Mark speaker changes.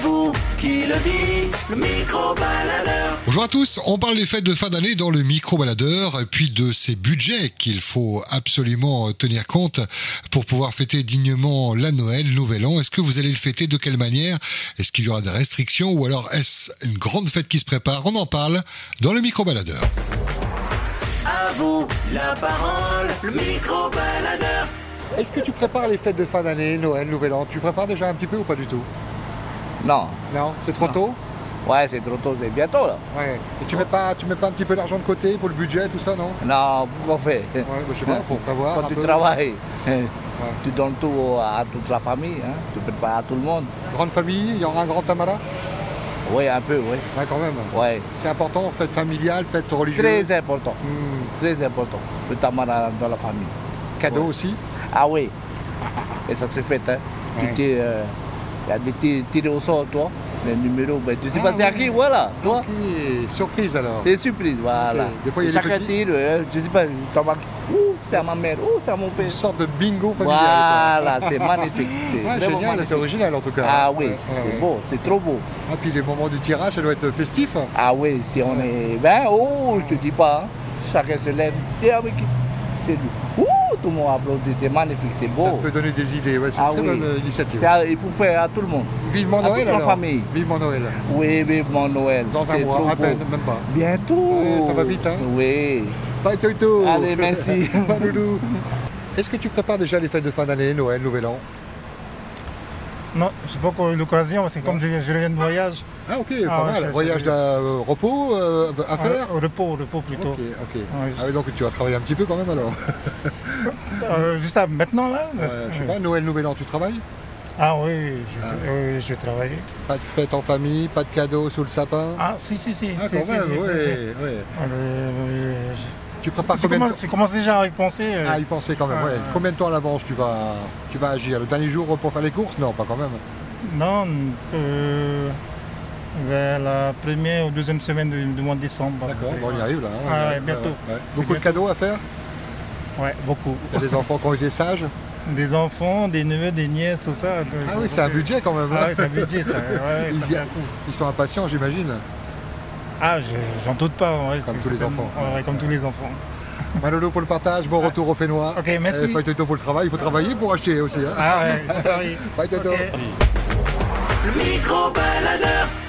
Speaker 1: vous qui le dites, le micro-baladeur.
Speaker 2: Bonjour à tous, on parle des fêtes de fin d'année dans le micro-baladeur, puis de ces budgets qu'il faut absolument tenir compte pour pouvoir fêter dignement la Noël, le Nouvel An. Est-ce que vous allez le fêter De quelle manière Est-ce qu'il y aura des restrictions Ou alors est-ce une grande fête qui se prépare On en parle dans le micro-baladeur.
Speaker 1: À vous la parole, le micro-baladeur.
Speaker 2: Est-ce que tu prépares les fêtes de fin d'année, Noël, Nouvel An Tu prépares déjà un petit peu ou pas du tout
Speaker 3: Non.
Speaker 2: Non C'est trop tôt
Speaker 3: Ouais, c'est trop tôt, c'est bientôt là.
Speaker 2: Ouais. Et tu mets pas, tu mets pas un petit peu d'argent de côté pour le budget, tout ça, non
Speaker 3: Non, pourquoi faire
Speaker 2: Ouais, bah, je sais pas, pour prévoir.
Speaker 3: Quand
Speaker 2: un
Speaker 3: tu
Speaker 2: peu.
Speaker 3: travailles,
Speaker 2: Ah.
Speaker 3: tu donnes tout au- à toute la famille, hein. tu prépares à tout le monde.
Speaker 2: Grande famille, il y aura un grand tamara
Speaker 3: Oui, un peu, oui.
Speaker 2: Ouais, quand même.
Speaker 3: Ouais.
Speaker 2: C'est important, fête familiale, fête religieuse.
Speaker 3: Très important,
Speaker 2: Hmm,
Speaker 3: très important, le tamara dans la famille.
Speaker 2: Cadeau
Speaker 3: Ouais.
Speaker 2: aussi
Speaker 3: Ah oui, et ça se fait. Hein.
Speaker 2: Ouais.
Speaker 3: Tu t'es, euh, y a des tirs tirés au sort, toi, les numéros, ben, tu sais
Speaker 2: Ah
Speaker 3: pas c'est à
Speaker 2: ouais.
Speaker 3: qui, voilà, toi.
Speaker 2: Ok, surprise alors.
Speaker 3: Des surprises, voilà.
Speaker 2: Des fois, il y a des
Speaker 3: Chacun
Speaker 2: petits.
Speaker 3: tire, euh, je sais pas, t'en marques, ouh, c'est à ma mère, ouh, c'est à mon père.
Speaker 2: Une sorte de Ah, bingo familial. quoi.
Speaker 3: Voilà, c'est magnifique. C'est
Speaker 2: Ouais,
Speaker 3: vraiment
Speaker 2: génial,
Speaker 3: magnifique.
Speaker 2: c'est original en tout cas.
Speaker 3: Ah oui,
Speaker 2: Ouais, ouais,
Speaker 3: c'est
Speaker 2: ouais.
Speaker 3: beau, c'est trop beau.
Speaker 2: Ah, puis les moments du tirage, ça doit être festif.
Speaker 3: Ah oui, si on est 20, oh, je te dis pas, hein. chacun se lève, tiens, mais ah qui- c'est lui. Ouh, tout le monde applaudit, c'est magnifique, c'est
Speaker 2: Ça
Speaker 3: beau.
Speaker 2: peut donner des idées, ouais, c'est
Speaker 3: Ah
Speaker 2: une très
Speaker 3: oui.
Speaker 2: bonne euh, initiative.
Speaker 3: C'est à- il faut faire à tout le monde.
Speaker 2: Vivement
Speaker 3: à
Speaker 2: Noël
Speaker 3: toute la
Speaker 2: alors.
Speaker 3: famille.
Speaker 2: Vivement Noël.
Speaker 3: Oui, vive mon Noël.
Speaker 2: Dans un
Speaker 3: c'est trop
Speaker 2: mois, à
Speaker 3: beau.
Speaker 2: peine, même pas.
Speaker 3: Bientôt.
Speaker 2: Ouais, ça va vite, hein.
Speaker 3: Oui.
Speaker 2: Toi, toi, toi.
Speaker 3: Allez, merci.
Speaker 2: Pas loulou. Est-ce que tu prépares déjà les fêtes de fin d'année, Noël, Nouvel An
Speaker 4: Non, je n'ai pas encore eu l'occasion, parce que comme je, je reviens de voyage,
Speaker 2: Ah ok,
Speaker 4: Ah,
Speaker 2: pas
Speaker 4: ouais,
Speaker 2: mal.
Speaker 4: c'est-
Speaker 2: Voyage
Speaker 4: c'est-
Speaker 2: d'un euh, repos euh, à faire
Speaker 4: au repos, au repos plutôt.
Speaker 2: Ok, ok.
Speaker 4: Ouais,
Speaker 2: Ah oui, donc tu vas travailler un petit peu quand même alors.
Speaker 4: Euh, juste à- maintenant, là
Speaker 2: Euh, je sais pas, Noël, Nouvel An, tu travailles
Speaker 4: Ah oui, je, vais-
Speaker 2: Ah.
Speaker 4: oui, je vais travailler.
Speaker 2: Pas de fête en famille, pas de cadeaux sous le sapin
Speaker 4: Ah, si, si, si.
Speaker 2: Ah,
Speaker 4: si,
Speaker 2: quand
Speaker 4: si,
Speaker 2: même,
Speaker 4: si, si, si.
Speaker 2: ouais, ouais.
Speaker 4: Euh, je-
Speaker 2: Tu prépares
Speaker 4: je,
Speaker 2: combien de temps
Speaker 4: commence, je commence déjà à y penser. euh,
Speaker 2: Ah, y penser quand même,
Speaker 4: Ouais,
Speaker 2: ouais.
Speaker 4: ouais.
Speaker 2: Combien de temps à l'avance tu vas, tu vas agir Le dernier jour pour faire les courses Non, pas quand même.
Speaker 4: Non, euh, vers la première ou deuxième semaine du, du mois de décembre.
Speaker 2: D'accord, bon, on y arrive là. hein.
Speaker 4: Ah, ouais, bientôt. C'est
Speaker 2: Beaucoup de cadeaux à faire
Speaker 4: Ouais, beaucoup.
Speaker 2: Il y a des enfants qui ont été sages
Speaker 4: Des enfants, des neveux, des nièces, tout ça. de-
Speaker 2: Ah oui, c'est un budget quand même.
Speaker 4: Ah
Speaker 2: hein.
Speaker 4: oui, c'est un budget, ça. ouais,
Speaker 2: Ils
Speaker 4: ça
Speaker 2: y
Speaker 4: fait
Speaker 2: a-
Speaker 4: un coup.
Speaker 2: Ils sont impatients, j'imagine.
Speaker 4: Ah, je- j'en doute pas. ouais,
Speaker 2: Comme
Speaker 4: c'est-
Speaker 2: tous les
Speaker 4: c'est-
Speaker 2: enfants.
Speaker 4: ouais, ouais, comme tous les enfants.
Speaker 2: Malolo pour le partage, bon retour au Fénois.
Speaker 4: Ah.
Speaker 2: Eh,
Speaker 4: Ok, merci.
Speaker 2: Et Fight Toto pour le travail. Il faut travailler pour acheter aussi. hein.
Speaker 4: Ah ouais, Paris.
Speaker 2: Fight Toto.
Speaker 4: Ok.
Speaker 1: Le micro-baladeur.